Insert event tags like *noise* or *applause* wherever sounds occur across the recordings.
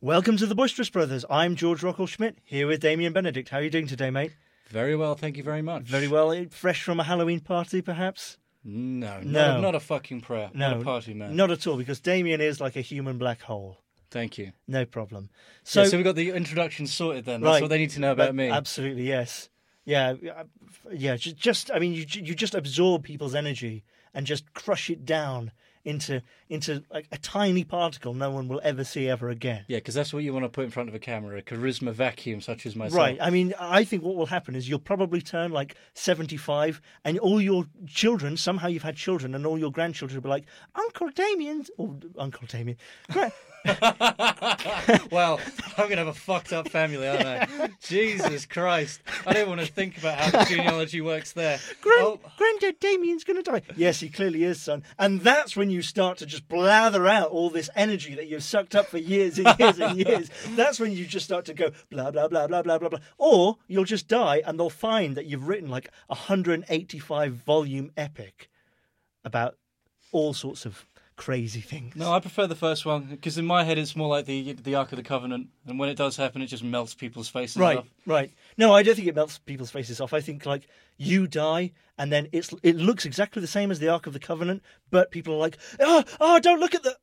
Welcome to the Boisterous Brothers. I'm George Rockle Schmidt here with Damien Benedict. How are you doing today, mate? Very well, thank you very much. Very well. Fresh from a Halloween party, perhaps? No, No. Not, a, not a fucking prayer. not a party man. Not at all, because Damien is like a human black hole. Thank you. No problem. So, so we got the introduction sorted then. That's Right. what they need to know about But me. Absolutely, yes. Yeah, uh, yeah. ju- Just, I mean, you ju- you just absorb people's energy and just crush it down into into like a tiny particle no one will ever see ever again. yeah, because that's what you want to put in front of a camera, a charisma vacuum such as myself. Right. *laughs* I mean, I think what will happen is you'll probably turn like 75, and all your children, somehow you've had children, and all your grandchildren will be like, Uncle Damien, or Uncle Damien, Gra- Well, I'm gonna have a fucked up family, aren't *laughs* I? Jesus Christ. I don't want to think about how the genealogy works there. Grand, Oh, Granddad Damien's going to die. Yes, he clearly is, son. And that's when you start to just blather out all this energy that you've sucked up for years and years and years. That's when you just start to go blah, blah, blah, blah, blah, blah, blah. Or you'll just die and they'll find that you've written like a 185 volume epic about all sorts of crazy things. no, I prefer the first one because in my head it's more like the the Ark of the Covenant, and when it does happen, it just melts people's faces Right, off. right. No, I don't think it melts people's faces off. I think like you die, and then it's it looks exactly the same as the Ark of the Covenant, but people are like, oh, oh don't look at the.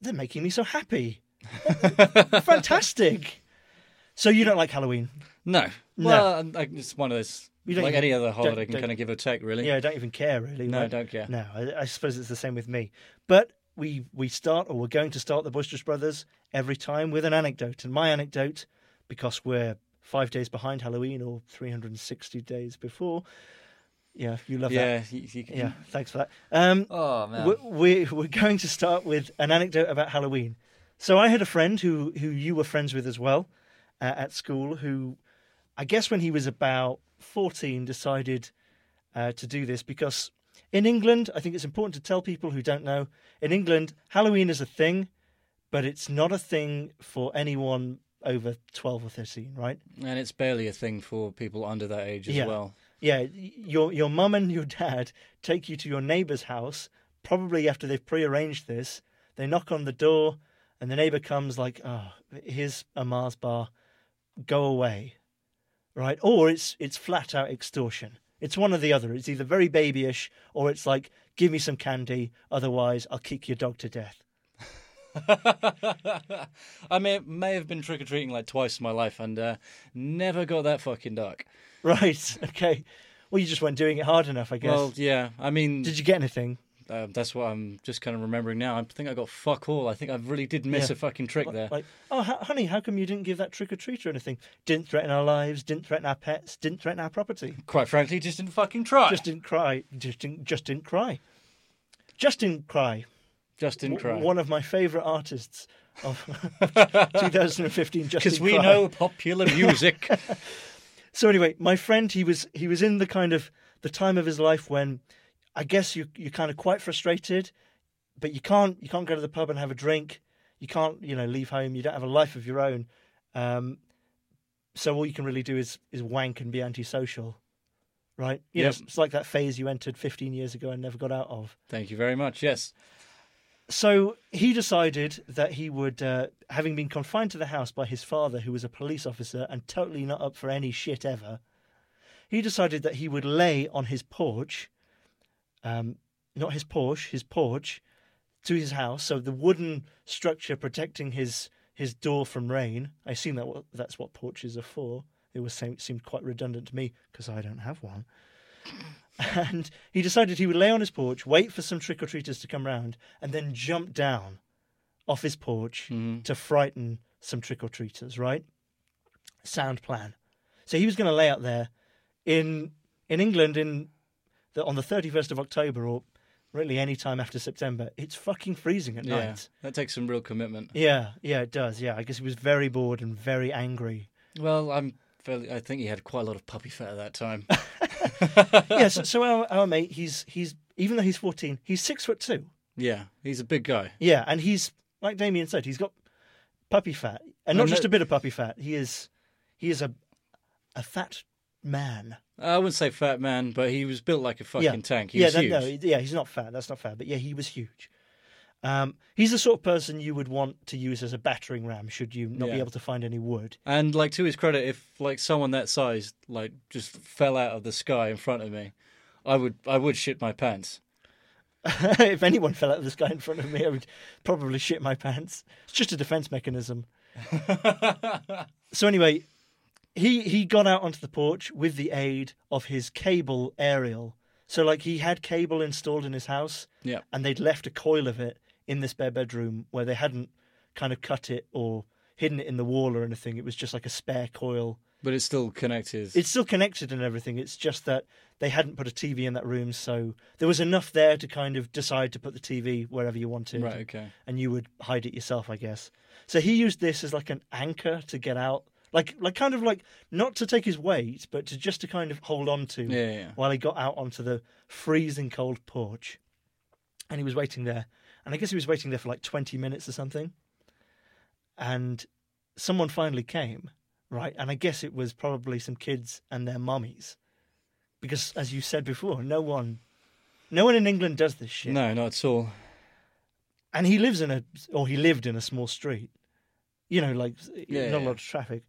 They're making me so happy. *laughs* Fantastic. So you don't like Halloween? No. Well, I- it's one of those. You don't like even- any other holiday, don't- can don't- kind of give or take, really. Yeah, I don't even care really. No, Like, I don't care. No, I, I suppose it's the same with me. But we we start, or we're going to start the Boisterous Brothers every time with an anecdote, and my anecdote, because we're five days behind Halloween or 360 days before. Yeah, you love that. Yeah, you, you can- Yeah, thanks for that. Um, Oh man. we- we we're going to start with an anecdote about Halloween. So I had a friend who who you were friends with as well uh, at school. Who I guess when he was about fourteen decided uh, to do this because in England, I think it's important to tell people who don't know. In England, Halloween is a thing, but it's not a thing for anyone over twelve or thirteen, right? and it's barely a thing for people under that age as Yeah. well. *laughs* Yeah, y- your your mum and your dad take you to your neighbour's house, probably after they've prearranged this. They knock on the door, and the neighbour comes like, "Oh, here's a Mars bar, go away," right? Or it's it's flat out extortion. It's one or the other. It's either very babyish, or it's like, "Give me some candy, otherwise I'll kick your dog to death." *laughs* I may may have been trick or treating like twice in my life and uh, never got that fucking dark. Right? Okay. Well, you just weren't doing it hard enough, I guess. Well, yeah. I mean, Did you get anything? uh, that's what I'm just kind of remembering now. I think I got fuck all. I think I really did miss Yeah. a fucking trick there. Like, oh, ho- honey, how come you didn't give that trick or treat or anything? Didn't threaten our lives, didn't threaten our pets, didn't threaten our *laughs* property. Quite frankly, just didn't fucking try. Just Just, didn't cry. Just didn't, just didn't cry. Just didn't cry. didn't W- cry. One of my favourite artists *laughs* of *laughs* 2015. Just Because didn't we cry. *laughs* know popular music. So anyway, my friend, he was he was in the kind of the time of his life when I guess you you're kind of quite frustrated, but you can't you can't go to the pub and have a drink. You can't you know leave home. You don't have a life of your own. Um, so all you can really do is is wank and be antisocial, right? You know, Yep. it's, it's like that phase you entered 15 years ago and never got out of. Thank you very much. Yes. So he decided that he would, uh, having been confined to the house by his father, who was a police officer and totally not up for any shit ever, he decided that he would lay on his porch, um, not his Porsche, his porch, to his house. So the wooden structure protecting his his door from rain. I assume that wa- that's what porches are for. It was seem- seemed quite redundant to me because I don't have one and he decided he would lay on his porch, wait for some trick or treaters to come round, and then jump down off his porch to frighten some trick or treaters. Right? Sound plan. So he was going to lay out there in in England in the, on the thirty first of October, or really any time after September. It's fucking freezing at Yeah. night. That takes some real commitment. Yeah, yeah, it does. Yeah, I guess he was very bored and very angry. Well, I'm fairly. I think he had quite a lot of puppy fat at that time. yeah, so, so our, our mate, he's he's even though he's fourteen, he's six foot two. yeah, he's a big guy. Yeah, and he's like Damien said, he's got puppy fat, and not And just that- a bit of puppy fat. He is, he is a, a fat man. I wouldn't say fat man, but he was built like a fucking yeah, tank. He yeah, was that- huge. no, yeah, he's not fat. That's not fair. But yeah, he was huge. Um, he's the sort of person you would want to use as a battering ram should you not be Yeah. able to find any wood. And like to his credit, if like someone that size like just fell out of the sky in front of me, I would I would shit my pants. *laughs* if anyone fell out of the sky in front of me, I would probably shit my pants. It's just a defense mechanism. so anyway, he he got out onto the porch with the aid of his cable aerial. So like he had cable installed in his house, Yeah. and they'd left a coil of it in this spare bedroom where they hadn't kind of cut it or hidden it in the wall or anything. It was just like a spare coil. But it's still connected. It's still connected and everything. It's just that they hadn't put a TV in that room, so there was enough there to kind of decide to put the TV wherever you wanted right, okay. and you would hide it yourself, I guess. So he used this as like an anchor to get out, like like kind of like not to take his weight, but to just to kind of hold on to Yeah, yeah, yeah. while he got out onto the freezing cold porch, and he was waiting there, and I guess he was waiting there for like twenty minutes or something, and someone finally came, right? And I guess it was probably some kids and their mummies, because as you said before, no one. No one in England does this shit No, not at all. and he lives in a or he lived in a small street you know like Yeah, not a yeah. lot of traffic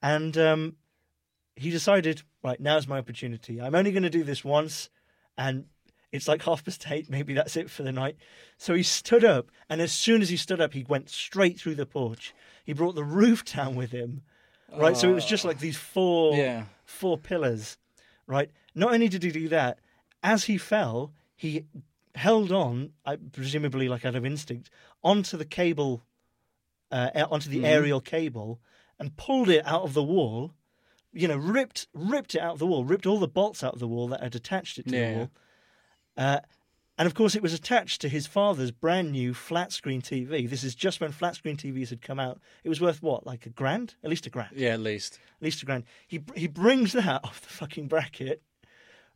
and um he decided right now's my opportunity i'm only going to do this once and it's like half past eight maybe that's it for the night so he stood up and as soon as he stood up he went straight through the porch he brought the roof *laughs* down with him right so it was just like these four Ah. Yeah. four pillars, right? Not only did he do that, as he fell, he held on, I, presumably like out of instinct, onto the cable, uh, a- onto Mm-hmm. the aerial cable, and pulled it out of the wall. You know, ripped ripped it out of the wall, ripped all the bolts out of the wall that had attached it to Yeah. the wall. Uh, and of course, it was attached to his father's brand new flat screen TV. This is just when flat screen TVs had come out. It was worth what, like a grand, at least a grand Yeah, at least. at least a grand. He he brings that *laughs* off the fucking bracket,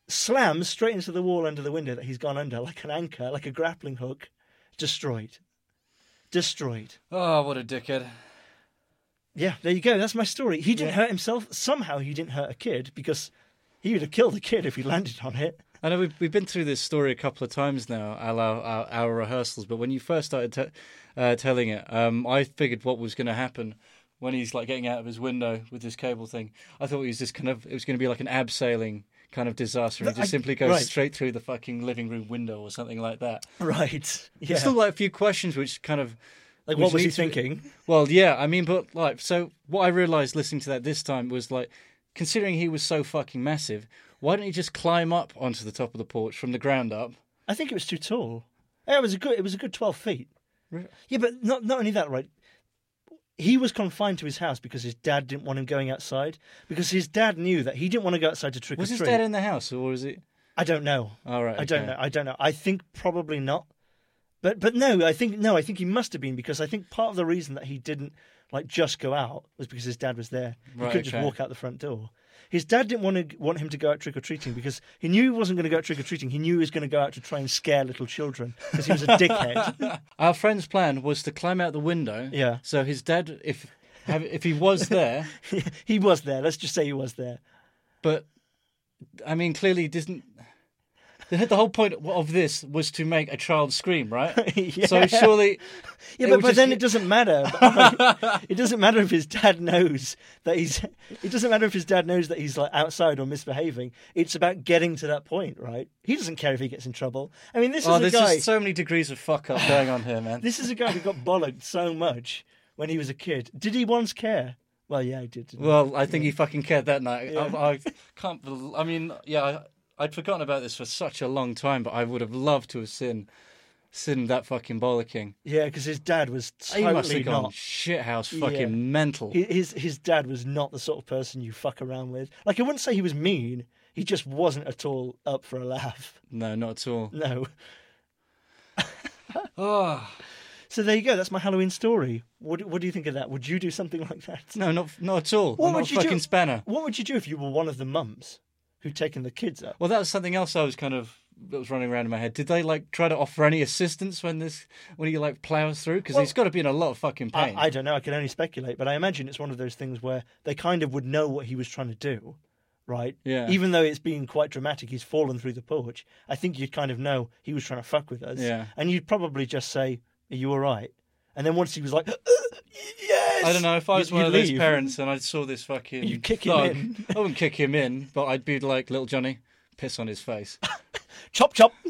slams straight into the wall under the window that he's gone under, like an anchor, like a grappling hook, destroyed, destroyed. Oh, what a dickhead. Yeah, there you go. That's my story. He didn't Yeah. hurt himself. Somehow he didn't hurt a kid because he would have killed a kid if he landed on it. I know we've, we've been through this story a couple of times now, a la our, our rehearsals, but when you first started te- uh, telling it, um, I figured what was going to happen when he's like getting out of his window with this cable thing. I thought he was just kind of, it was going to be like an abseiling kind of disaster. and He No, just I- simply goes right. straight through the fucking living room window or something like that. Right. *laughs* Yeah. There's still like a few questions which kind of. like, which what was he leads me- thinking? Well, yeah, I mean, but like, so what I realized listening to that this time was like, considering he was so fucking massive, why don't he just climb up onto the top of the porch from the ground up? I think it was too tall. Yeah, It was a good. It was a good twelve feet. Really? Yeah, but not not only that, right? He was confined to his house because his dad didn't want him going outside. Because his dad knew that he didn't want to go outside to trick Was or his treat. dad in the house, or was it? I don't know. All right, I don't okay. know. I don't know. I think probably not. But but no, I think no. I think he must have been because I think part of the reason that he didn't like just go out was because his dad was there. He Right, could just okay. walk out the front door. His dad didn't want to want him to go out trick or treating because he knew he wasn't going to go out trick or treating. He knew he was going to go out to try and scare little children because he was a dickhead. *laughs* Our friend's plan was to climb out the window. Yeah. So his dad, if have, if *laughs* he was there, he was there. Let's just say he was there. but I mean, clearly didn't. The the whole point of this was to make a child scream, *laughs* right? Yeah. So surely, Yeah, but, It was but just- then it doesn't *laughs* matter. it doesn't matter if his dad knows that he's. It doesn't matter if his dad knows that he's like outside or misbehaving. It's about getting to that point, right? He doesn't care if he gets in trouble. I mean, this oh, is there's a guy. just so many degrees of fuck up going on *laughs* here, man. This is a guy who got bollocked so much when he was a kid. Did he once care? Well, yeah, he did. didn't he? Well, I think he fucking cared that night. I, I can't. bel I mean, yeah, I, I'd forgotten about this for such a long time, but I would have loved to have seen, seen that fucking bollocking. yeah, because his dad was He totally must have gone not. shithouse Yeah. fucking mental. He- His his dad was not the sort of person you fuck around with. Like I wouldn't say he was mean. He just wasn't at all up for a laugh. *laughs* No, not at all. No. Oh, Ah. So there you go. That's my Halloween story. What, what do you think of that? Would you do something *laughs* like that? no, not not at all. What I'm not would a you do? fucking spanner. What would you do if you were one of the mums who'd taken the kids up? Well, that was something else I was kind of that was running around in my head. Did they like try to offer any assistance when this when he like plows through? Because he's got to be in a lot of fucking pain. I, I don't know. I can only speculate, but I imagine it's one of those things where they kind of would know what he was trying to do, right? Yeah. Even though it's been quite dramatic, he's fallen through the porch. I think you'd kind of know he was trying to fuck with us. Yeah. And you'd probably just say, Are you all right? And then once he was like, *gasps* yes. I don't know if I You- was one you of those leave. parents and I saw this fucking. You kick him thug, in. I wouldn't kick him in, but I'd be like, little Johnny, piss on his *laughs* face. Chop chop. *laughs*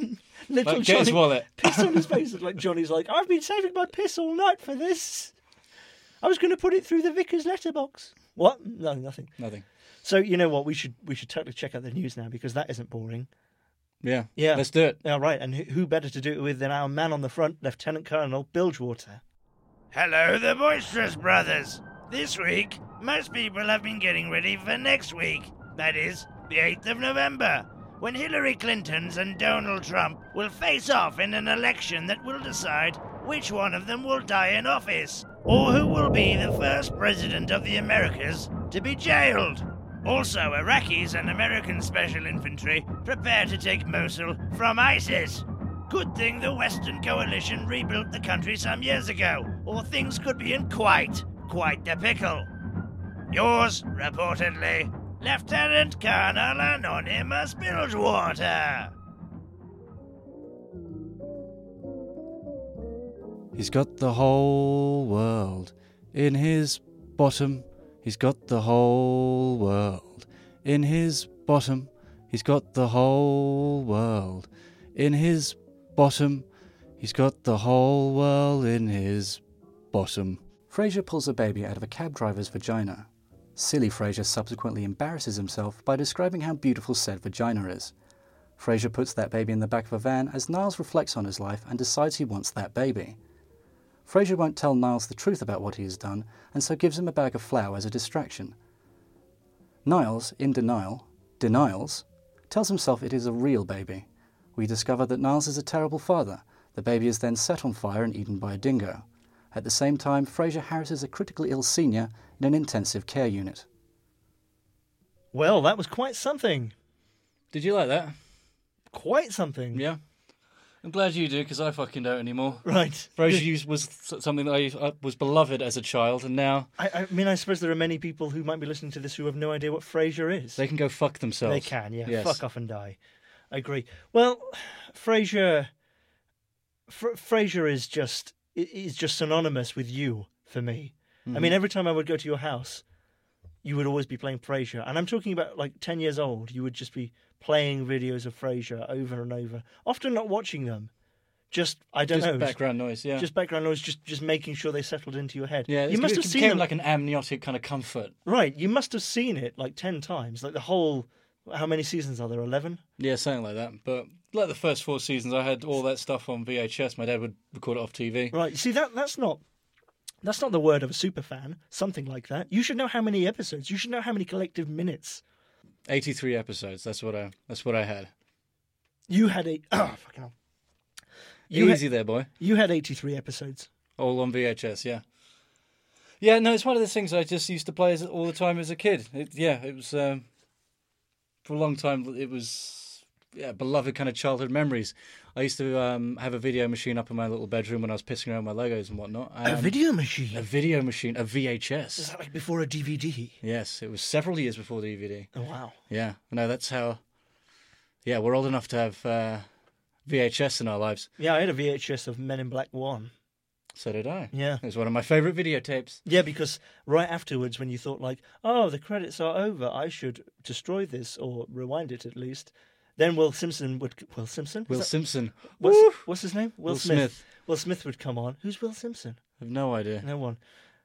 Little Like, get his Johnny wallet. piss on his face. Like Johnny's like, I've been saving my piss all night for this. I was going to put it through the vicar's letterbox. What? No, nothing. *laughs* Nothing. So you know what? We should we should totally check out the news now because that isn't boring. Yeah. Yeah. Let's do it. All right, and who- who better to do it with than our man on the front, Lieutenant Colonel Bilgewater? Hello, the Boisterous Brothers. This week, most people have been getting ready for next week. That is, the 8th of November, when Hillary Clinton's and Donald Trump will face off in an election that will decide which one of them will die in office, or who will be the first president of the Americas to be jailed. Also, Iraqis and American Special Infantry prepare to take Mosul from ISIS. Good thing the Western Coalition rebuilt the country some years ago, or things could be in quite, quite the pickle. Yours, reportedly, Lieutenant Colonel Anonymous Bilgewater. He's got the whole world in his bottom. He's got the whole world in his bottom. He's got the whole world in his bottom. He's got the whole world in his bottom. Fraser pulls a baby out of a cab driver's vagina. Silly Fraser subsequently embarrasses himself by describing how beautiful said vagina is. Fraser puts that baby in the back of a van as Niles reflects on his life and decides he wants that baby. Fraser won't tell Niles the truth about what he has done, and so gives him a bag of flour as a distraction. Niles, in denial, denials, tells himself it is a real baby. We discover that Niles is a terrible father. The baby is then set on fire and eaten by a dingo. At the same time, Fraser harasses a critically ill senior in an intensive care unit. Well, that was quite something. Did you like that? Quite something. Yeah. I'm glad you do, because I fucking don't anymore. Right. Frasier was something that I uh, was beloved as a child, and now I, I mean, I suppose there are many people who might be listening to this who have no idea what Frasier is. they can go fuck themselves. They can, yeah. Yes. Fuck off and die. I agree. Well, Frasier, Fr- Frasier is just i- is just synonymous with you for me. I Mm-hmm. mean, every time I would go to your house, you would always be playing Frasier, and I'm talking about like ten years old. You would just be playing videos of Frasier over and over, often not watching them. Just I don't Just know. just- background noise, yeah. Just background noise, just just making sure they settled into your head. yeah, you it's- must it have seen became them like an amniotic kind of comfort. Right, you must have seen it like ten times, like the whole. How many seasons are there? Eleven. Yeah, something like that. But like the first four seasons, I had all that stuff on VHS. My dad would record it off TV. Right. You see that that's not that's not the word of a super fan. Something like that. You should know how many episodes. You should know how many collective minutes Eighty-three episodes. That's what I. That's what I had. you had. Eight. *clears throat* Oh, fucking hell. You You had- Easy there, boy. You had eighty-three episodes. All on VHS. Yeah. Yeah, no, it's one of those things I just used to play as, all the time as a kid. It, yeah, it was um, for a long time. It was yeah, beloved kind of childhood memories. I used to um, have a video machine up in my little bedroom when I was pissing around with my Legos and whatnot. Um, video a machine. video machine, a VHS. Is that like before a DVD? Yes, it was several years before the DVD. Oh wow. Yeah, no, that's how. Yeah, we're old enough to have uh, VHS in our lives. Yeah, I had a VHS of Men in Black One. So did I. Yeah. it was one of my favorite videotapes. Yeah, because right afterwards, when you thought like, "Oh, the credits are over. I should destroy this or rewind it at least," then Will Simpson would. Will Simpson? Is Will that- Simpson. Woo! what's, what's his name? Will, Will Smith. Smith. Will Smith would come on. Who's Will Simpson? I have no idea. No one.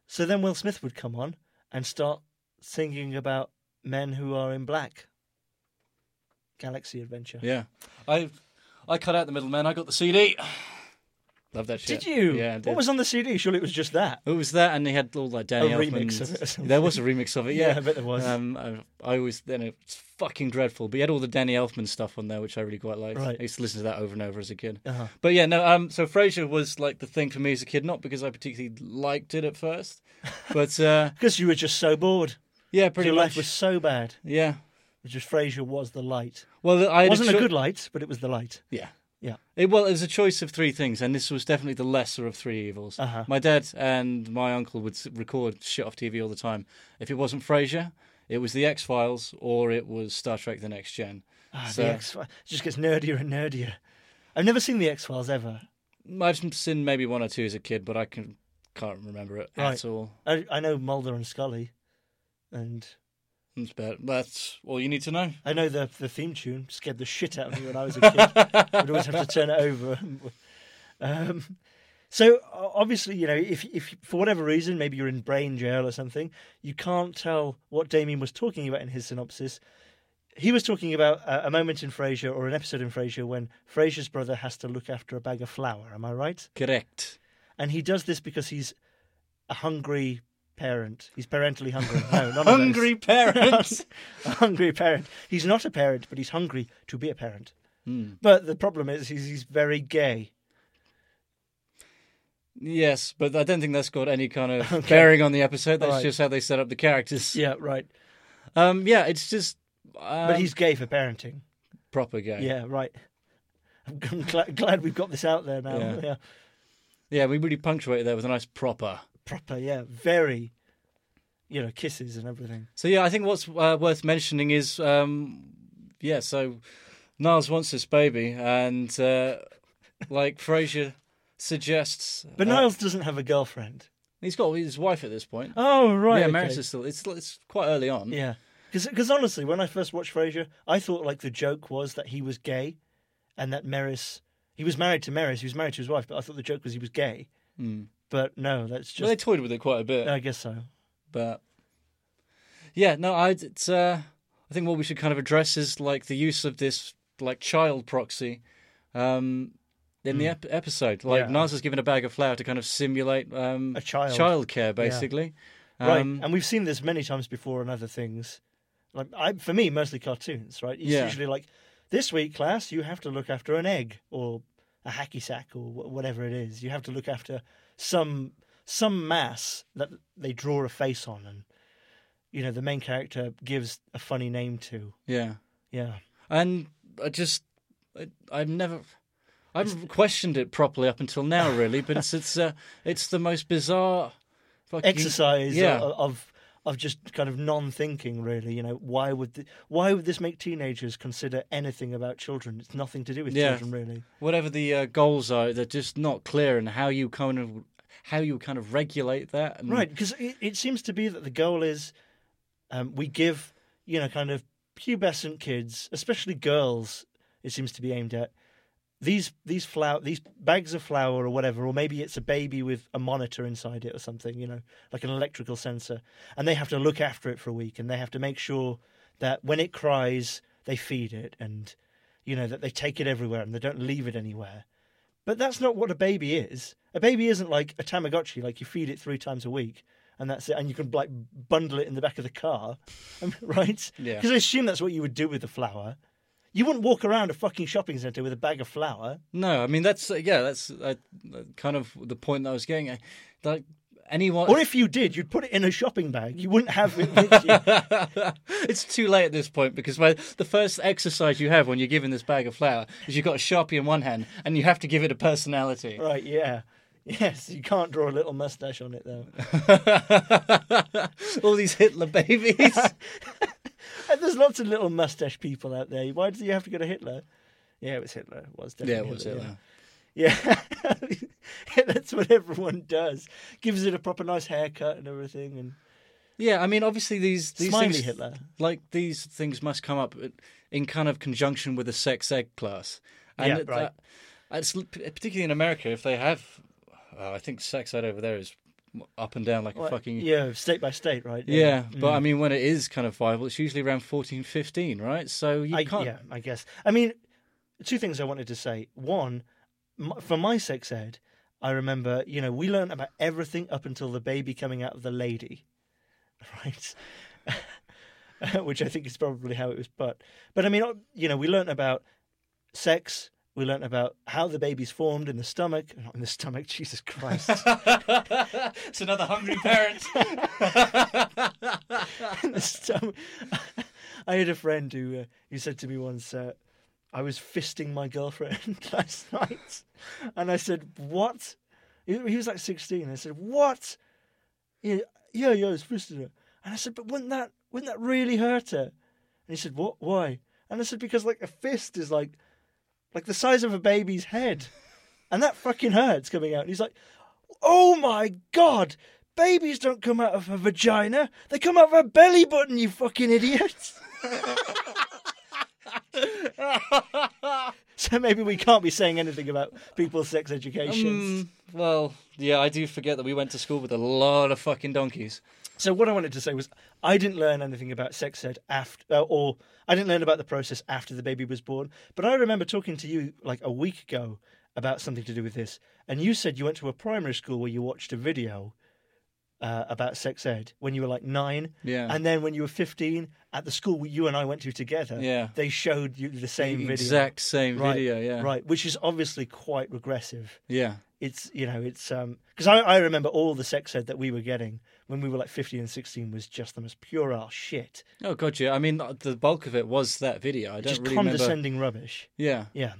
So then Will Smith would come on and start singing about men who are in black. Galaxy Adventure. Yeah, I I cut out the middleman. I got the CD. Love that shit. Did you? Yeah. I What did. was on the CD? Surely it was just that. It was that, and they had all like Danny A remix Elfman's- of it or something. There was a remix of it, yeah. Yeah, I bet there was. Um, I, I always then it's fucking dreadful, but you had all the Danny Elfman stuff on there, which I really quite liked. Right. I used to listen to that over and over as a kid. Uh-huh. But yeah, no. Um, so Frasier was like the thing for me as a kid, not because I particularly liked it at *laughs* first, but uh, Because you were just so bored. yeah, pretty Your much. life was so bad. Yeah. Which was Frasier was the light. Well, It I had wasn't a choi- good light, but it was the light. Yeah. Yeah. It, well, it was a choice of three things, and this was definitely the lesser of three evils. Uh-huh. My dad and my uncle would s- record shit off TV all the time. If it wasn't Frasier, it was The X Files, or it was Star Trek: The Next Gen. Ah, So- the X Files just gets nerdier and nerdier. I've never seen the X Files ever. I've seen maybe one or two as a kid, but I can can't remember it Right. at all. I, I know Mulder and Scully, and That's about that's all you need to know. I know the the theme tune scared the shit out of me when I was a kid. I'd always have to turn it over. Um, so o- obviously, you know, if if for whatever reason, maybe you're in brain jail or something, you can't tell what Damien was talking about in his synopsis. He was talking about a, a moment in Frasier or an episode in Frasier when Frasier's brother has to look after a bag of flour. Am I right? Correct. And he does this because he's a hungry parent. He's parentally hungry. No, not Hungry *laughs* parents. *laughs* a hungry parent. He's not a parent, but he's hungry to be a parent. But the problem is, he's, he's very gay. yes, but I don't think that's got any kind *laughs* of bearing on the episode. That's Right. just how they set up the characters. Yeah, right. Um, yeah, it's just. Um, But he's gay for parenting. proper gay. Yeah, right. I'm, g- I'm gla- glad we've got this out there now. Yeah. Yeah. yeah. We really punctuated there with a nice proper. Proper, yeah. Very, you know, kisses and everything. So yeah, I think what's uh, worth mentioning is um, yeah. So Niles wants this baby, and uh, like Frasier suggests, But uh, Niles doesn't have a girlfriend. he's got his wife at this point. Oh, right. yeah, okay. marriage is still. It's it's quite early on. Yeah. Because honestly, when I first watched Frasier, I thought like the joke was that he was gay and that Meris, he was married to Meris, he was married to his wife, but I thought the joke was he was gay. But no, that's Hmm. Well, they just, toyed with it quite a bit, I guess so. but yeah, no, I it's uh, I think what we should kind of address is like the use of this like child proxy. Um, in the ep- episode, like Hmm. Yeah. Niles is given a bag of flour to kind of simulate um, A child. childcare, basically. Right, Um, and we've seen this many times before on other things. Like I, for me, mostly cartoons. Right, it's Yeah. usually like this week, class, you have to look after an egg or a hacky sack or wh- whatever it is. You have to look after some some mass that they draw a face on, and you know the main character gives a funny name to. Yeah, Yeah, and I just I, I've never I've questioned it properly up until now, really. But it's it's uh, it's the most bizarre fucking exercise Yeah, o- of of just kind of non-thinking really you know why would th- why would this make teenagers consider anything about children it's nothing to do with Yeah. children really whatever the uh, goals are, they're just not clear, and how you kind of how you kind of regulate that. And, Right, because it, it seems to be that the goal is um, we give, you know, kind of pubescent kids, especially girls, it seems to be aimed at these these flour these bags of flour or whatever or maybe it's a baby with a monitor inside it or something you know like an electrical sensor and they have to look after it for a week and they have to make sure that when it cries they feed it and you know that they take it everywhere and they don't leave it anywhere but that's not what a baby is. A baby isn't like a Tamagotchi, like you feed it three times a week and that's it. And you can like bundle it in the back of the car, *laughs* Um, right? Yeah. Because I assume that's what you would do with the flour. You wouldn't walk around a fucking shopping centre with a bag of flour. No, I mean that's uh, yeah, that's uh, kind of the point that I was getting. at. Like anyone, Or if you did, you'd put it in a shopping bag. You wouldn't have it with *laughs* you. *laughs* it's too late at this point because by the first exercise you have when you're given this bag of flour is you've got a sharpie in one hand and you have to give it a personality. right, yeah. Yes, you can't draw a little mustache on it though. *laughs* All these *laughs* Hitler babies. And there's lots of little mustache people out there. Why do you have to go to Hitler? Yeah, it was Hitler. It was definitely yeah, what's Hitler, it? yeah. uh, Yeah, *laughs* that's what everyone does. Gives it a proper nice haircut and everything, and Yeah, I mean, obviously these these Smiley things, Hitler. like these things, must come up in kind of conjunction with a sex ed class. And Yeah, it- right. that- it's particularly in America if they have. Uh, I think sex ed over there is up and down like a like, fucking yeah, Mm-hmm. state by state, right? Yeah, but I mean, when it is kind of viable, it's usually around 14, 15, right? So you I, can't. *laughs* yeah, I guess. I mean, two things I wanted to say. One, m- for my sex ed, I remember, you know, we learned about everything up until the baby coming out of the lady, *laughs* right? *laughs* Which I think is probably how it was put. But I mean, uh, you know, we learned about sex. We learned about how the baby's formed in the stomach. Not in the stomach, *laughs* Jesus Christ. it's another hungry parent. *laughs* *laughs* the stomach. I had a friend who uh, who said to me once, uh, "I was fisting my girlfriend *laughs* last night," and I said, "What?" He he was like sixteen. I said, "What?" He- yeah, yeah, I was fisting her, and I said, "But wouldn't that wouldn't that really hurt her?" And he said, "What? Why?" And I said, "Because like a fist is like like the size of a baby's head." and that fucking hurts coming out. And he's like, "Oh my god, babies don't come out of a vagina; they come out of a belly button, you fucking idiot." *laughs* so maybe we can't be saying anything about people's sex educations. Mm, well, yeah, I do forget that we went to school with a lot of fucking donkeys. So what I wanted to say was, I didn't learn anything about sex ed after, uh, or I didn't learn about the process after the baby was born. But I remember talking to you like a week ago about something to do with this, and you said you went to a primary school where you watched a video uh, about sex ed when you were like nine, Yeah. and then when you were fifteen at the school you and I went to together, Yeah. they showed you the same video, Exact same Right, video, yeah. right, which is obviously quite regressive Yeah. it's you know it's um because I, I remember all the sex ed that we were getting when we were like 15 and 16 was just the most pure ass shit Oh god, yeah. I mean, the bulk of it was that video. I don't just really remember. condescending rubbish Yeah, yeah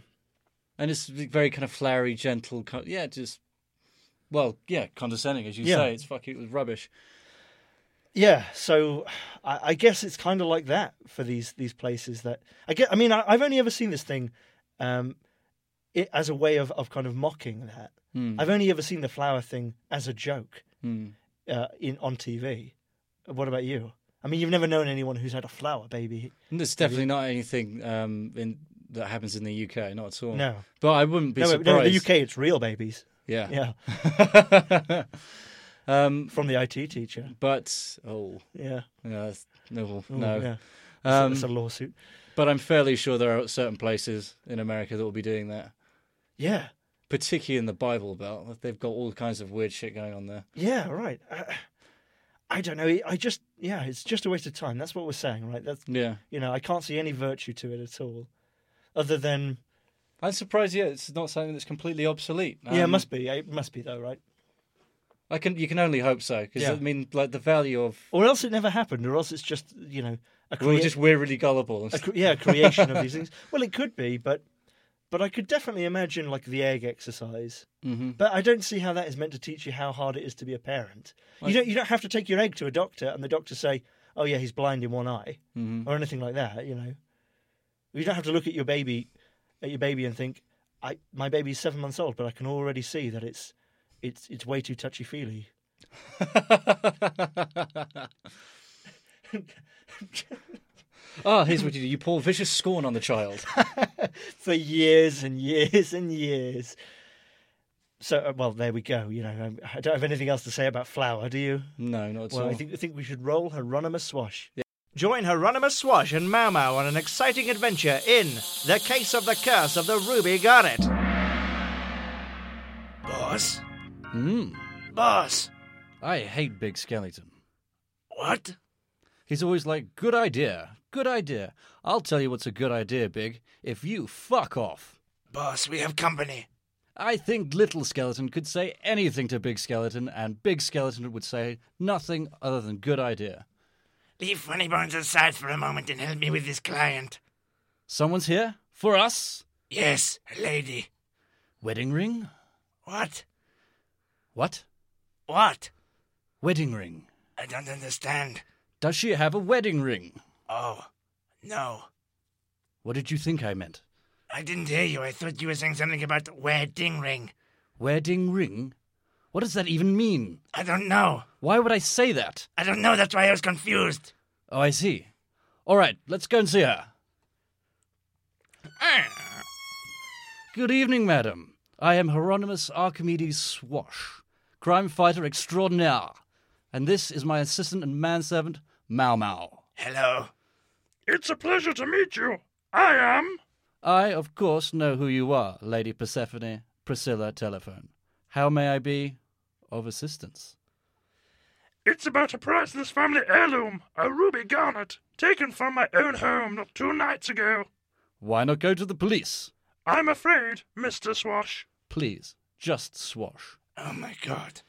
and it's very kind of flowery, gentle. co- Yeah, just well, yeah, condescending as you Yeah. say. It's fucking it was rubbish. yeah so i, I guess it's kind of like that for these these places that i get i mean I, i've only ever seen this thing um it, as a way of, of kind of mocking that Hmm. i've only ever seen the flower thing as a joke Hmm. uh, in on tv what about you i mean you've never known anyone who's had a flower baby And it's definitely not anything um, in, that happens in the UK, not at all. No. but I wouldn't be no, surprised. no in the uk it's real babies yeah, yeah *laughs* um, from the IT teacher. but oh, Yeah, no, that's- no, Ooh, no. yeah. Um, it's a lawsuit. But I'm fairly sure there are certain places in America that will be doing that, Yeah, particularly in the Bible Belt. They've got all kinds of weird shit going on there. yeah, right. I, I don't know. I just yeah, it's just a waste of time. That's what we're saying, right? That's Yeah. you know, I can't see any virtue to it at all, other than I'm surprised, yeah, it's not something that's completely obsolete. yeah, it Um, must be. It must be though, right? I can, you can only hope so, because Yeah. I mean, like the value of Or else it never happened, or else it's just you know a, we're crea- just we're really gullible. and a stuff. cre- yeah a creation of these things. *laughs* Well, it could be, but but I could definitely imagine like the egg exercise. Mhm. But I don't see how that is meant to teach you how hard it is to be a parent. You don't you don't have to take your egg to a doctor and the doctor say, "Oh yeah, he's blind in one eye" Mm-hmm. or anything like that. You know, you don't have to look at your baby at your baby and think, "I my baby's seven months old, but I can already see that it's it's it's way too touchy feely." *laughs* Ah, here's what you do: you pour vicious scorn on the child. for years and years and years. So uh, well, there we go. You know, um, I don't have anything else to say about flour, do you? No, not at Well, all. I think I think we should roll Hieronymus Swash. Join Hieronymus Swash and Mau Mau on an exciting adventure in The Case of the Curse of the Ruby Garnet. Boss? Mm. Boss? hmm, I hate Big Skeleton. What? He's always like, good idea, good idea. I'll tell you what's a good idea, Big, if you fuck off. Boss, we have company. I think Little Skeleton could say anything to Big Skeleton, and Big Skeleton would say nothing other than good idea. Leave Funny Bones aside for a moment and help me with this client. Someone's here? For us? Yes, a lady. Wedding ring? What? What? What? Wedding ring. I don't understand. Does she have a wedding ring? Oh, no. What did you think I meant? I didn't hear you. I thought you were saying something about wedding ring. Wedding ring? What does that even mean? I don't know. Why would I say that? I don't know. That's why I was confused. Oh, I see. All right, let's go and see her. Good evening, madam. I am Hieronymus Archimedes Swash, crime fighter extraordinaire, and this is my assistant and manservant, Mau Mau. Hello. It's a pleasure to meet you. I am. I, of course, know who you are, Lady Persephone Priscilla Telephone. How may I be of assistance? It's about a priceless family heirloom, a ruby garnet, taken from my own home not two nights ago. Why not go to the police? I'm afraid, Mr. Swash. Please, just Swash. Oh my god.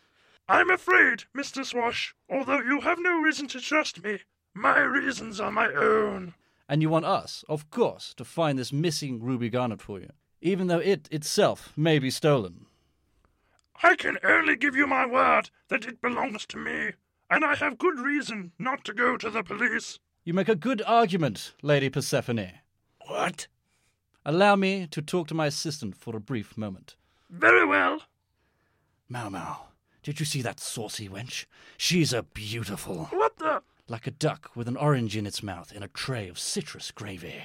I'm afraid, Mr. Swash, although you have no reason to trust me. My reasons are my own. And you want us, of course, to find this missing ruby garnet for you, even though it itself may be stolen. I can only give you my word that it belongs to me, and I have good reason not to go to the police. You make a good argument, Lady Persephone. What? Allow me to talk to my assistant for a brief moment. Very well. Mau Mau, did you see that saucy wench? She's a beautiful. What the? Like a duck with an orange in its mouth in a tray of citrus gravy.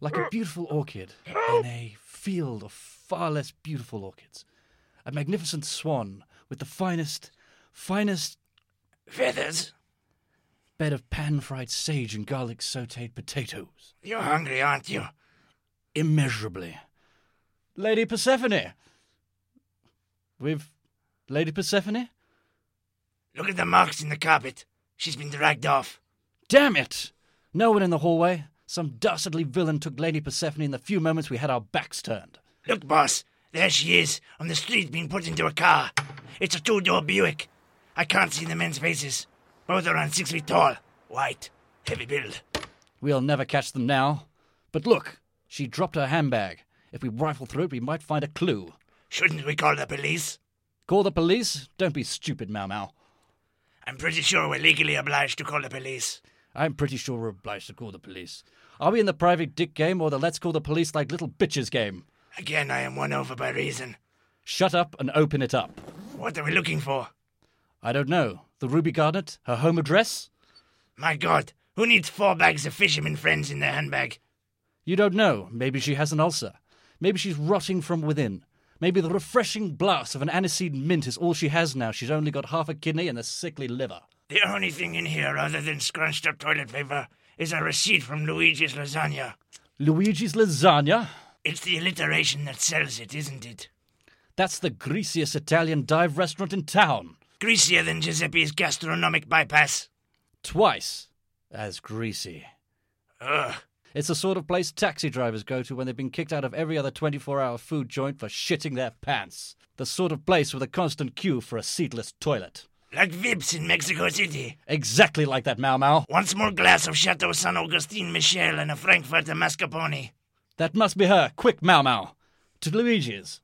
Like a beautiful orchid in a field of far less beautiful orchids. A magnificent swan with the finest, finest Feathers? bed of pan fried sage and garlic sauteed potatoes. You're hungry, aren't you? Immeasurably. Lady Persephone! We've. Lady Persephone? Look at the marks in the carpet. She's been dragged off. Damn it! No one in the hallway. Some dastardly villain took Lady Persephone in the few moments we had our backs turned. Look, boss, there she is, on the street being put into a car. It's a two door Buick. I can't see the men's faces. Both are around six feet tall, white, heavy build. We'll never catch them now. But look, she dropped her handbag. If we rifle through it, we might find a clue. Shouldn't we call the police? Call the police? Don't be stupid, Mau Mau. I'm pretty sure we're legally obliged to call the police. I'm pretty sure we're obliged to call the police. Are we in the private dick game or the let's call the police like little bitches game? Again, I am won over by reason. Shut up and open it up. What are we looking for? I don't know. The Ruby Garnet? Her home address? My God, who needs four bags of fisherman friends in their handbag? You don't know. Maybe she has an ulcer. Maybe she's rotting from within. Maybe the refreshing blast of an aniseed mint is all she has now. She's only got half a kidney and a sickly liver. The only thing in here other than scrunched up toilet paper is a receipt from Luigi's lasagna. Luigi's lasagna? It's the alliteration that sells it, isn't it? That's the greasiest Italian dive restaurant in town. Greasier than Giuseppe's gastronomic bypass. Twice as greasy. Ugh. It's the sort of place taxi drivers go to when they've been kicked out of every other 24 hour food joint for shitting their pants. The sort of place with a constant queue for a seatless toilet. Like Vips in Mexico City. Exactly like that, Mau Mau. Once more glass of Chateau San Augustine Michel and a Frankfurter mascarpone. That must be her. Quick, Mau Mau. To Luigi's.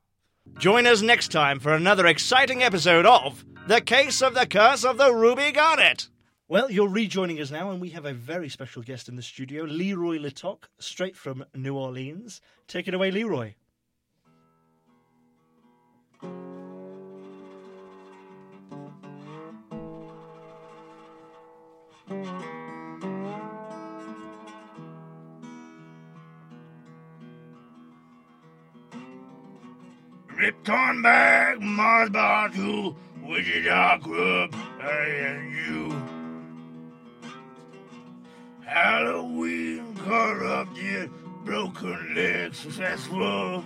Join us next time for another exciting episode of The Case of the Curse of the Ruby Garnet. Well, you're rejoining us now, and we have a very special guest in the studio, Leroy Latoc, straight from New Orleans. Take it away, Leroy. Rip Cornbag, Mars Bartu, Wichita Grub, I and you. Halloween corrupted, broken legs successful.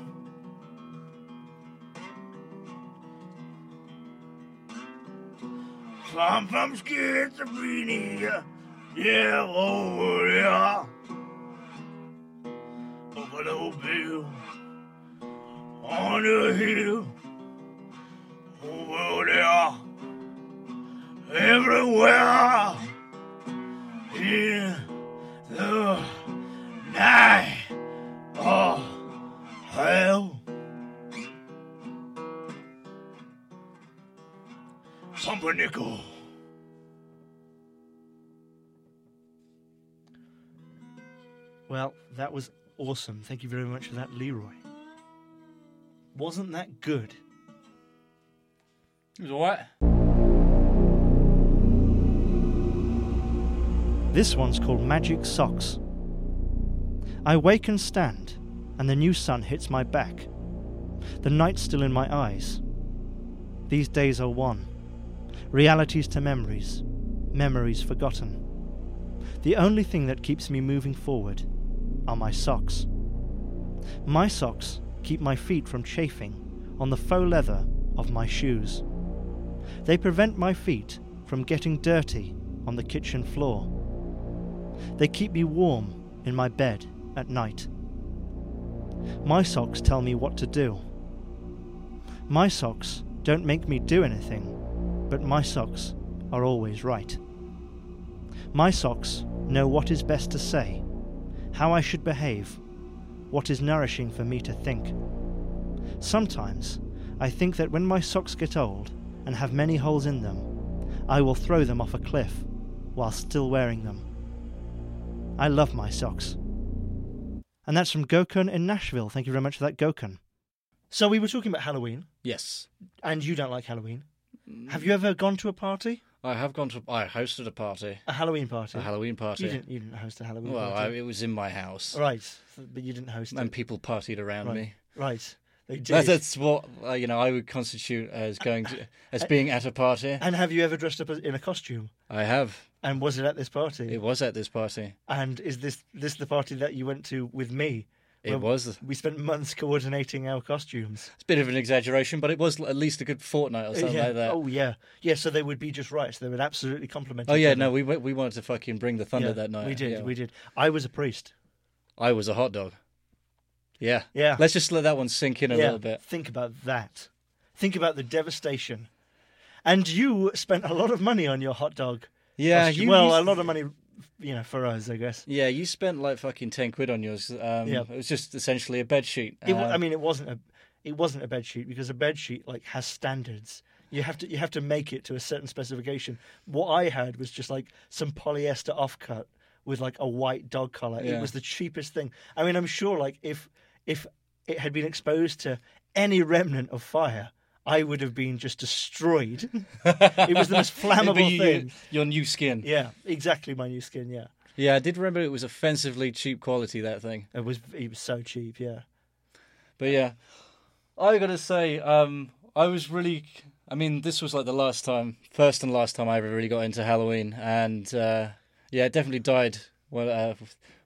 Come from schizophrenia, yeah, over here. Buffalo Bill on the hill, over there, everywhere, in the night of hell. Pumpernickel. Well, that was awesome. Thank you very much for that, Leroy. Wasn't that good? It was alright. This one's called Magic Socks. I wake and stand, and the new sun hits my back. The night's still in my eyes. These days are one. Realities to memories, memories forgotten. The only thing that keeps me moving forward are my socks. My socks keep my feet from chafing on the faux leather of my shoes. They prevent my feet from getting dirty on the kitchen floor. They keep me warm in my bed at night. My socks tell me what to do. My socks don't make me do anything, but my socks are always right. My socks know what is best to say, how I should behave, what is nourishing for me to think. Sometimes I think that when my socks get old and have many holes in them, I will throw them off a cliff while still wearing them. I love my socks. And that's from Gokun in Nashville. Thank you very much for that, Gokun. So we were talking about Halloween, Yes, and you don't like Halloween. Have you ever gone to a party? I have gone to. I hosted a party, A Halloween party? a Halloween You party. didn't, you didn't host a Halloween Well, I, party. it was in my house, Right, but you didn't host and it. people partied around Right. me. Right, they did. That, that's what uh, you know. I would constitute as *laughs* going to, as being at a party. And have you ever dressed up as- in a costume? I have. And was it at this party? It was at this party. and is this this the party that you went to with me? It Well, was. It's We spent months *laughs* coordinating our costumes. a bit of an exaggeration, but it was at least a good fortnight or something yeah. like that. Oh yeah, yeah. So they would be just right. So they would absolutely complement. Oh each yeah, other. no, we went- we wanted to fucking bring the thunder Yeah, that night. We did, Yeah. we did. I was a priest. I was a hot dog. Yeah, Yeah. Let's just let that one sink in a yeah. little bit. Think about that. Think about the devastation. And you spent a lot of money on your hot dog. Yeah, costume. you well, you- a lot of money, you know, for us, I guess. Yeah, you spent like fucking ten quid on yours. Um, Yeah. it was just essentially a bed sheet. It, wa- Um, I mean, it wasn't a it wasn't a bed sheet because a bed sheet like has standards. You have to you have to make it to a certain specification. What I had was just like some polyester offcut with like a white dog collar. Yeah. It was the cheapest thing. I mean, I'm sure like if if it had been exposed to any remnant of fire, I would have been just destroyed. it was the *laughs* most it'd be flammable you- thing. Your new skin. Yeah. Yeah, exactly my new skin. Yeah, I did remember it was offensively cheap quality that thing. it was it was so cheap. Yeah, But yeah, I gotta say, um, I was really. I mean, this was like the last time, first and last time I ever really got into Halloween, and uh, yeah, I definitely died well, uh,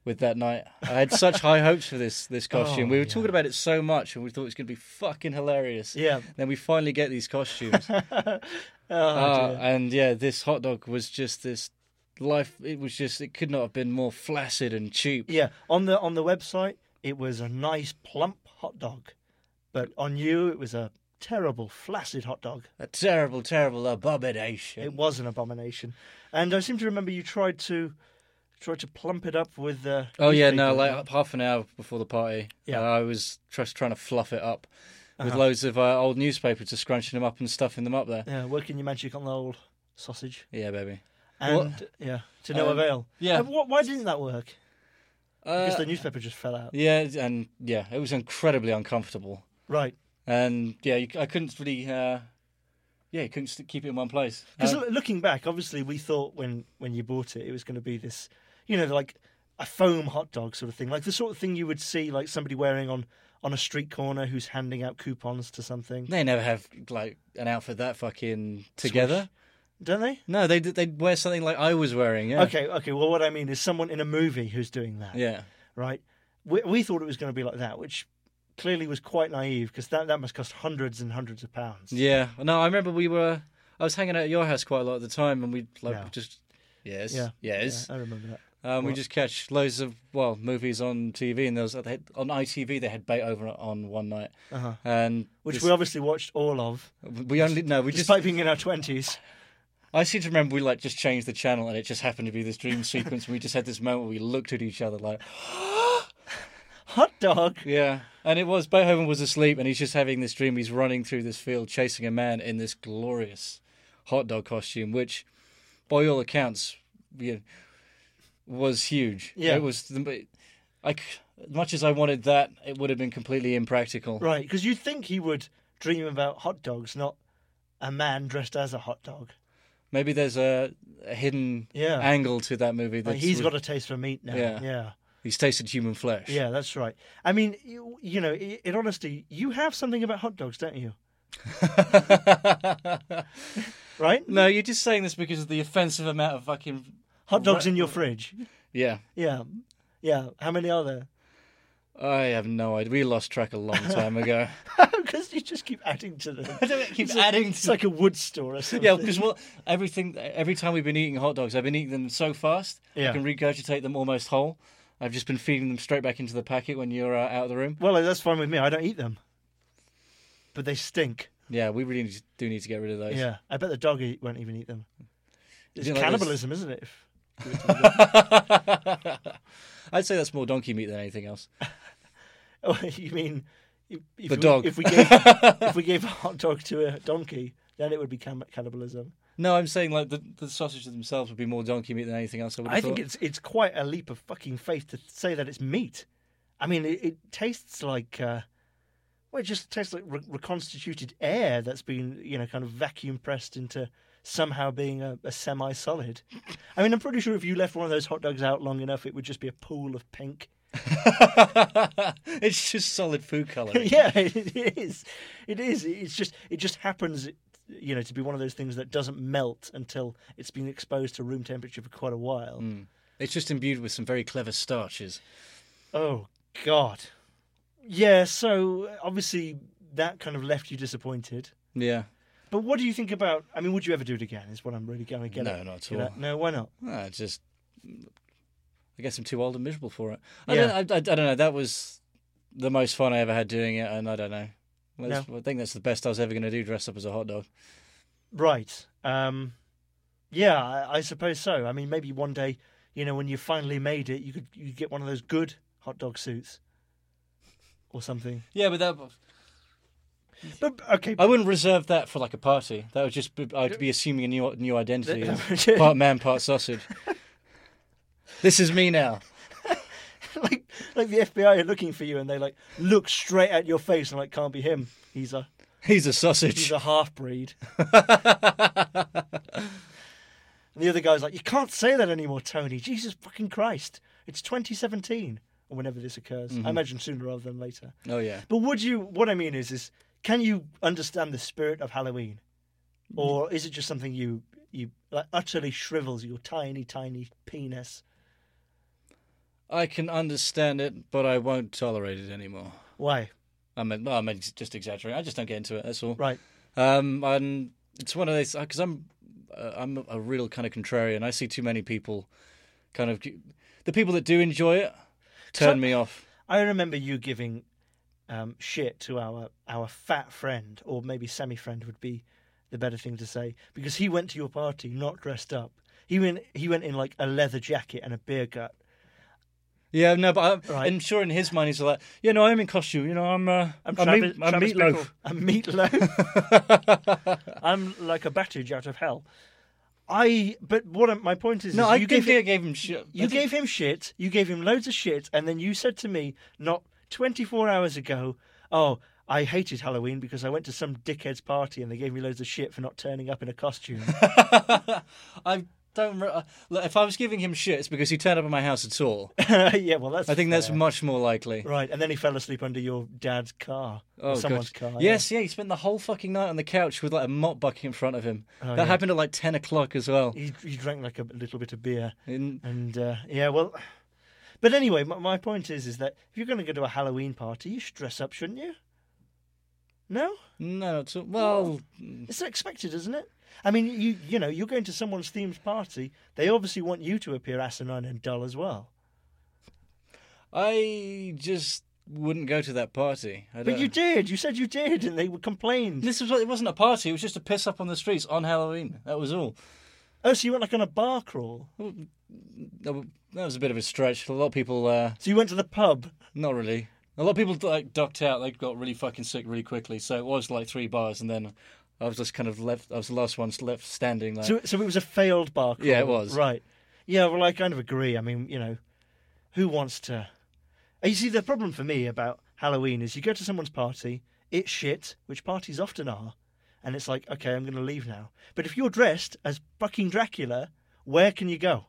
with that night. I had such *laughs* high hopes for this this costume. Oh, we were talking about it so much, and we thought it was gonna be fucking hilarious. yeah. Then we finally get these costumes. *laughs* Oh, Uh, dear. and yeah, this hot dog was just this life. It was just. It could not have been more flaccid and cheap. Yeah, on the on the website, it was a nice plump hot dog, but on you, it was a terrible flaccid hot dog. A terrible, terrible abomination. It was an abomination, and I seem to remember you tried to tried to plump it up with. Uh, oh yeah, no, newspaper. like up half an hour before the party, Yeah. Uh-huh. uh, I was just trying to fluff it up with loads of uh, old newspapers, just scrunching them up and stuffing them up there. yeah, working your magic on the old sausage, Yeah, baby. and Well, yeah, to no um, avail. yeah. Uh, wh- why didn't that work? Because Uh, the newspaper just fell out. yeah, and yeah, it was incredibly uncomfortable, Right. and yeah, you, I couldn't really. Uh, yeah, you couldn't st- keep it in one place. Because Um, looking back, obviously we thought when when you bought it, it was going to be this, you know, like a foam hot dog sort of thing, like the sort of thing you would see like somebody wearing on on a street corner who's handing out coupons to something, they never have like an outfit that fucking together. don't they? No, they they wear something like I was wearing. Yeah. Okay, okay. Well, what I mean is someone in a movie who's doing that, Yeah. right? We, we thought it was going to be like that, which clearly was quite naive because that that must cost hundreds and hundreds of pounds. Yeah. No, I remember we were. I was hanging out at your house quite a lot at the time, and we like Yeah. just yes, Yeah. yes. I remember that. Um, we just catch loads of well movies on TV, and there was they had, on ITV they had Beethoven on one night, Uh-huh. and Which this- we obviously watched all of, we only no we just despite being in our *laughs* twenties. I seem to remember we like just changed the channel, and it just happened to be this dream sequence. and we just had this moment where we looked at each other like Hot dog. Yeah, and it was Beethoven was asleep, and he's just having this dream. He's running through this field, chasing a man in this glorious hot dog costume, which, by all accounts, you know, was huge. Yeah. it was. The, I, c- as much as I wanted that, it would have been completely impractical. Right, because you'd think he would dream about hot dogs, not a man dressed as a hot dog. Maybe there's a, a hidden Yeah. angle to that movie that Like, he's got a taste for meat now. Yeah. yeah, he's tasted human flesh. *laughs* Yeah, that's right. I mean, you, you know, i- in honesty, you have something about hot dogs, don't you? Right? no, you're just saying this because of the offensive amount of fucking Hot dogs in your fridge. yeah. Yeah, yeah. How many are *laughs* there? I have no idea. We lost track a long time ago. *laughs* Because you just keep adding to them. I don't keep adding It's to- like a wood store or something. Yeah, because what everything every time we've been eating hot dogs, I've been eating them so fast Yeah. I can regurgitate them almost whole. I've just been feeding them straight back into the packet when you're uh, out of the room. Well, that's fine with me. I don't eat them, but they stink. Yeah, we really need- do need to get rid of those. Yeah, I bet the dog e- won't even eat them. It's You know, like those- cannibalism, isn't it? If- I'd say that's more donkey meat than anything else. Oh, *laughs* you mean if, if The we, dog. If we *laughs* gave if we gave a hot dog to a donkey, then it would be can- cannibalism. No, I'm saying like the, the sausages themselves would be more donkey meat than anything else. I, would I think it's it's quite a leap of fucking faith to say that it's meat. I mean, it, it tastes like uh, Well, it just tastes like re- reconstituted air that's been, you know, kind of vacuum pressed into somehow being a, a semi solid. I mean, I'm pretty sure if you left one of those hot dogs out long enough, it would just be a pool of pink. *laughs* it's just solid food coloring. *laughs* yeah, it is. It is. It's just it just happens, you know, to be one of those things that doesn't melt until it's been exposed to room temperature for quite a while. Hmm. It's just imbued with some very clever starches. Oh God. Yeah. So obviously that kind of left you disappointed. Yeah. But what do you think about? I mean, would you ever do it again? Is what I'm really going to get. No, at. not at You know, all. No, why not? Ah, it's just, I guess I'm too old and miserable for it. I, Yeah. don't, I, I, I don't know. That was the most fun I ever had doing it, and I don't know. That's- I think that's the best I was ever going to do. Dress up as a hot dog. Right. Um, yeah, I, I suppose so. I mean, maybe one day, you know, when you finally made it, you could you could get one of those good hot dog suits or something. Yeah, but that But okay, *laughs* I wouldn't reserve that for like a party. That would just be, I'd be assuming a new new identity, *laughs* as Yeah. part man, part sausage. this is me now. like like the FBI are looking for you and they like look straight at your face and like can't be him. He's a He's a he's sausage. a half breed. and the other guy's like, you can't say that anymore, Tony. Jesus fucking Christ! It's 2017 or whenever this occurs. I imagine sooner rather than later. Oh yeah. But would you? What I mean is, is can you understand the spirit of Halloween, or is it just something you you like utterly shrivels your tiny tiny penis? I can understand it, but I won't tolerate it anymore. Why? I mean, well, I mean, just exaggerating. I just don't get into it. That's all. Right. Um, and it's one of those because I'm uh, I'm a real kind of contrarian. I see too many people, kind of the people that do enjoy it, turn So- me off. I remember you giving um, shit to our our fat friend, or maybe semi friend would be the better thing to say, because he went to your party not dressed up. He went he went in like a leather jacket and a beer gut. Yeah, no, but I'm, Right. I'm sure in his mind he's like, yeah, no, I'm in costume. You know, I'm uh, I'm, meat- Travis, I'm Travis meatloaf. Bickle. I'm meatloaf. *laughs* I'm like a battage out of hell. I but what I'm- my point is, No, is I you gave, gave think I him, gave him shit. I you think- gave him shit. You gave him loads of shit, and then you said to me not 24 hours ago, "Oh, I hated Halloween because I went to some dickhead's party and they gave me loads of shit for not turning up in a *laughs* costume." *laughs* *laughs* I don't. re- uh, Look, if I was giving him shit, it's because he turned up at my house *laughs* at all. yeah, well, that's I think that's fair. much more likely. right. And then he fell asleep under your dad's car, or Oh, God. someone's car. yeah. Yes, yeah, he spent the whole fucking night on the couch with like a mop bucket in front of him. that Oh, yeah. happened at like ten o'clock as well. he, he drank like a little bit of beer. In- And uh, yeah, well, but anyway, my, my point is, is that if you're going to go to a Halloween party, you should dress up, shouldn't you? No, no, not so, well, it's expected, isn't it? I mean, you you know, you're going to someone's themed party. They obviously want you to appear asinine and dull as well. I just wouldn't go to that party. I But don't- you did. You said you did, and they were complained. This was it wasn't a party. It was just a piss up on the streets on Halloween. That was all. Oh, so you went like on a bar crawl. That w- that was a bit of a stretch. A lot of people, uh, So you went to the pub. not really. A lot of people like ducked out. They got really fucking sick really quickly. So it was like three bars, and then I was just kind of left. I was the last one left standing. Like, So so it was a failed bar crawl. Yeah, it was. Right. Yeah, well, I kind of agree. I mean, you know, who wants to? Uh, You see, the problem for me about Halloween is you go to someone's party, it's shit, which parties often are, and it's like, okay, I'm going to leave now. But if you're dressed as fucking Dracula, where can you go?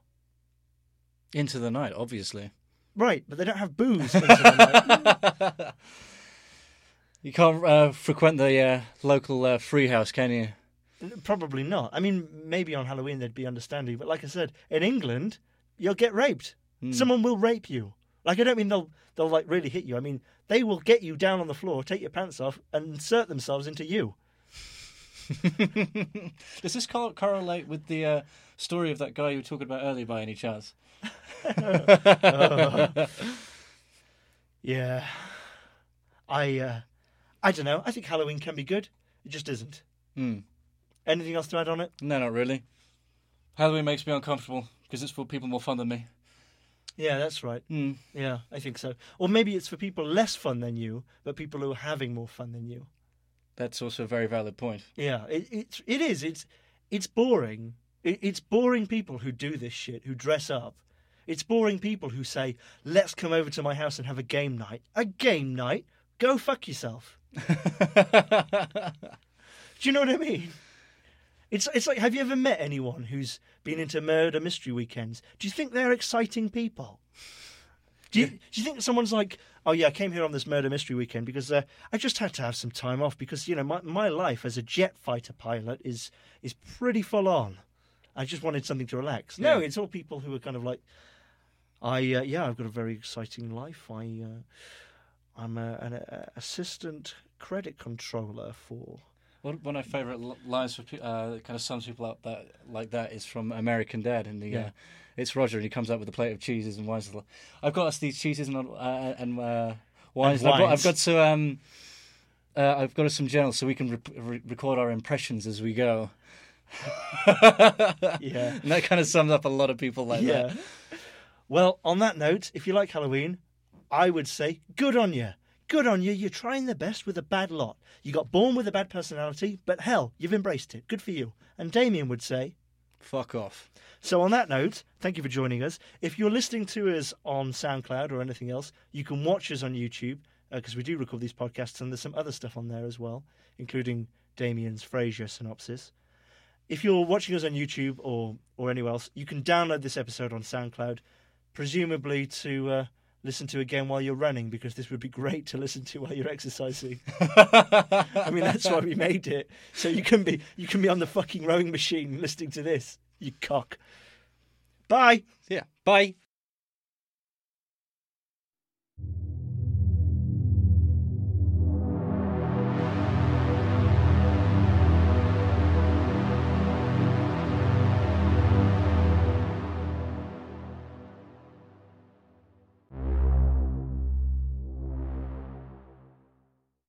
into the night, obviously. Right, but they don't have booze. into the night. You can't uh, frequent the uh, local uh, free house, can you? Probably not. I mean, maybe on Halloween they'd be understanding, but like I said, in England, you'll get raped. Someone will rape you. Like I don't mean they'll they'll like really hit you. I mean they will get you down on the floor, take your pants off, and insert themselves into you. Does this cor- correlate with the uh, story of that guy you were talking about earlier, by any *laughs* chance? Yeah. I uh, I don't know. I think Halloween can be good. It just isn't. Anything else to add on it? No, not really. Halloween makes me uncomfortable because it's for people more fun than me. Yeah, that's right. Yeah, I think so. Or maybe it's for people less fun than you, but people who are having more fun than you. That's also a very valid *laughs* point. Yeah, it, it's it is. It's it's boring. It, it's boring people who do this shit, who dress up. It's boring people who say, "Let's come over to my house and have a game night." A game night? Go fuck yourself. Do you know what I mean? It's it's like have you ever met anyone who's been into murder mystery weekends? Do you think they're exciting people? Do you, do you think someone's like, oh yeah, I came here on this murder mystery weekend because uh, I just had to have some time off because you know my my life as a jet fighter pilot is is pretty full on. I just wanted something to relax. No, it's all people who are kind of like, I uh, yeah, I've got a very exciting life. I uh, I'm a, an a, assistant credit controller for *laughs* One one of my favourite l- lines for pe- uh, that kind of sums people up that like that is from American Dad, and the uh, it's Roger, and he comes out with a plate of cheeses and wines. I've got us these cheeses and uh, and uh, wines. And I've, got, I've wines. got to um, uh, I've got us some journals so we can rep re- record our impressions as we go. yeah. And that kind of sums up a lot of people *laughs* like yeah. that. Well, on that note, if you like Halloween, I would say good on you. Good on you. You're trying the best with a bad lot. You got born with a bad personality, but hell, you've embraced it. Good for you. And Damien would say, *laughs* Fuck off. *laughs* so on that note, thank you for joining us. If you're listening to us on SoundCloud or anything else, you can watch us on YouTube because we do record these podcasts and there's some other stuff on there as well, including Damien's Frasier synopsis. If you're watching us on YouTube or or anywhere else, you can download this episode on SoundCloud, presumably to uh, listen to again while you're running because this would be *laughs* great to listen to while you're exercising. *laughs* I mean, that's why we made it. So you can be you can be on the fucking rowing machine listening to this. You cock. Bye. Yeah. Bye.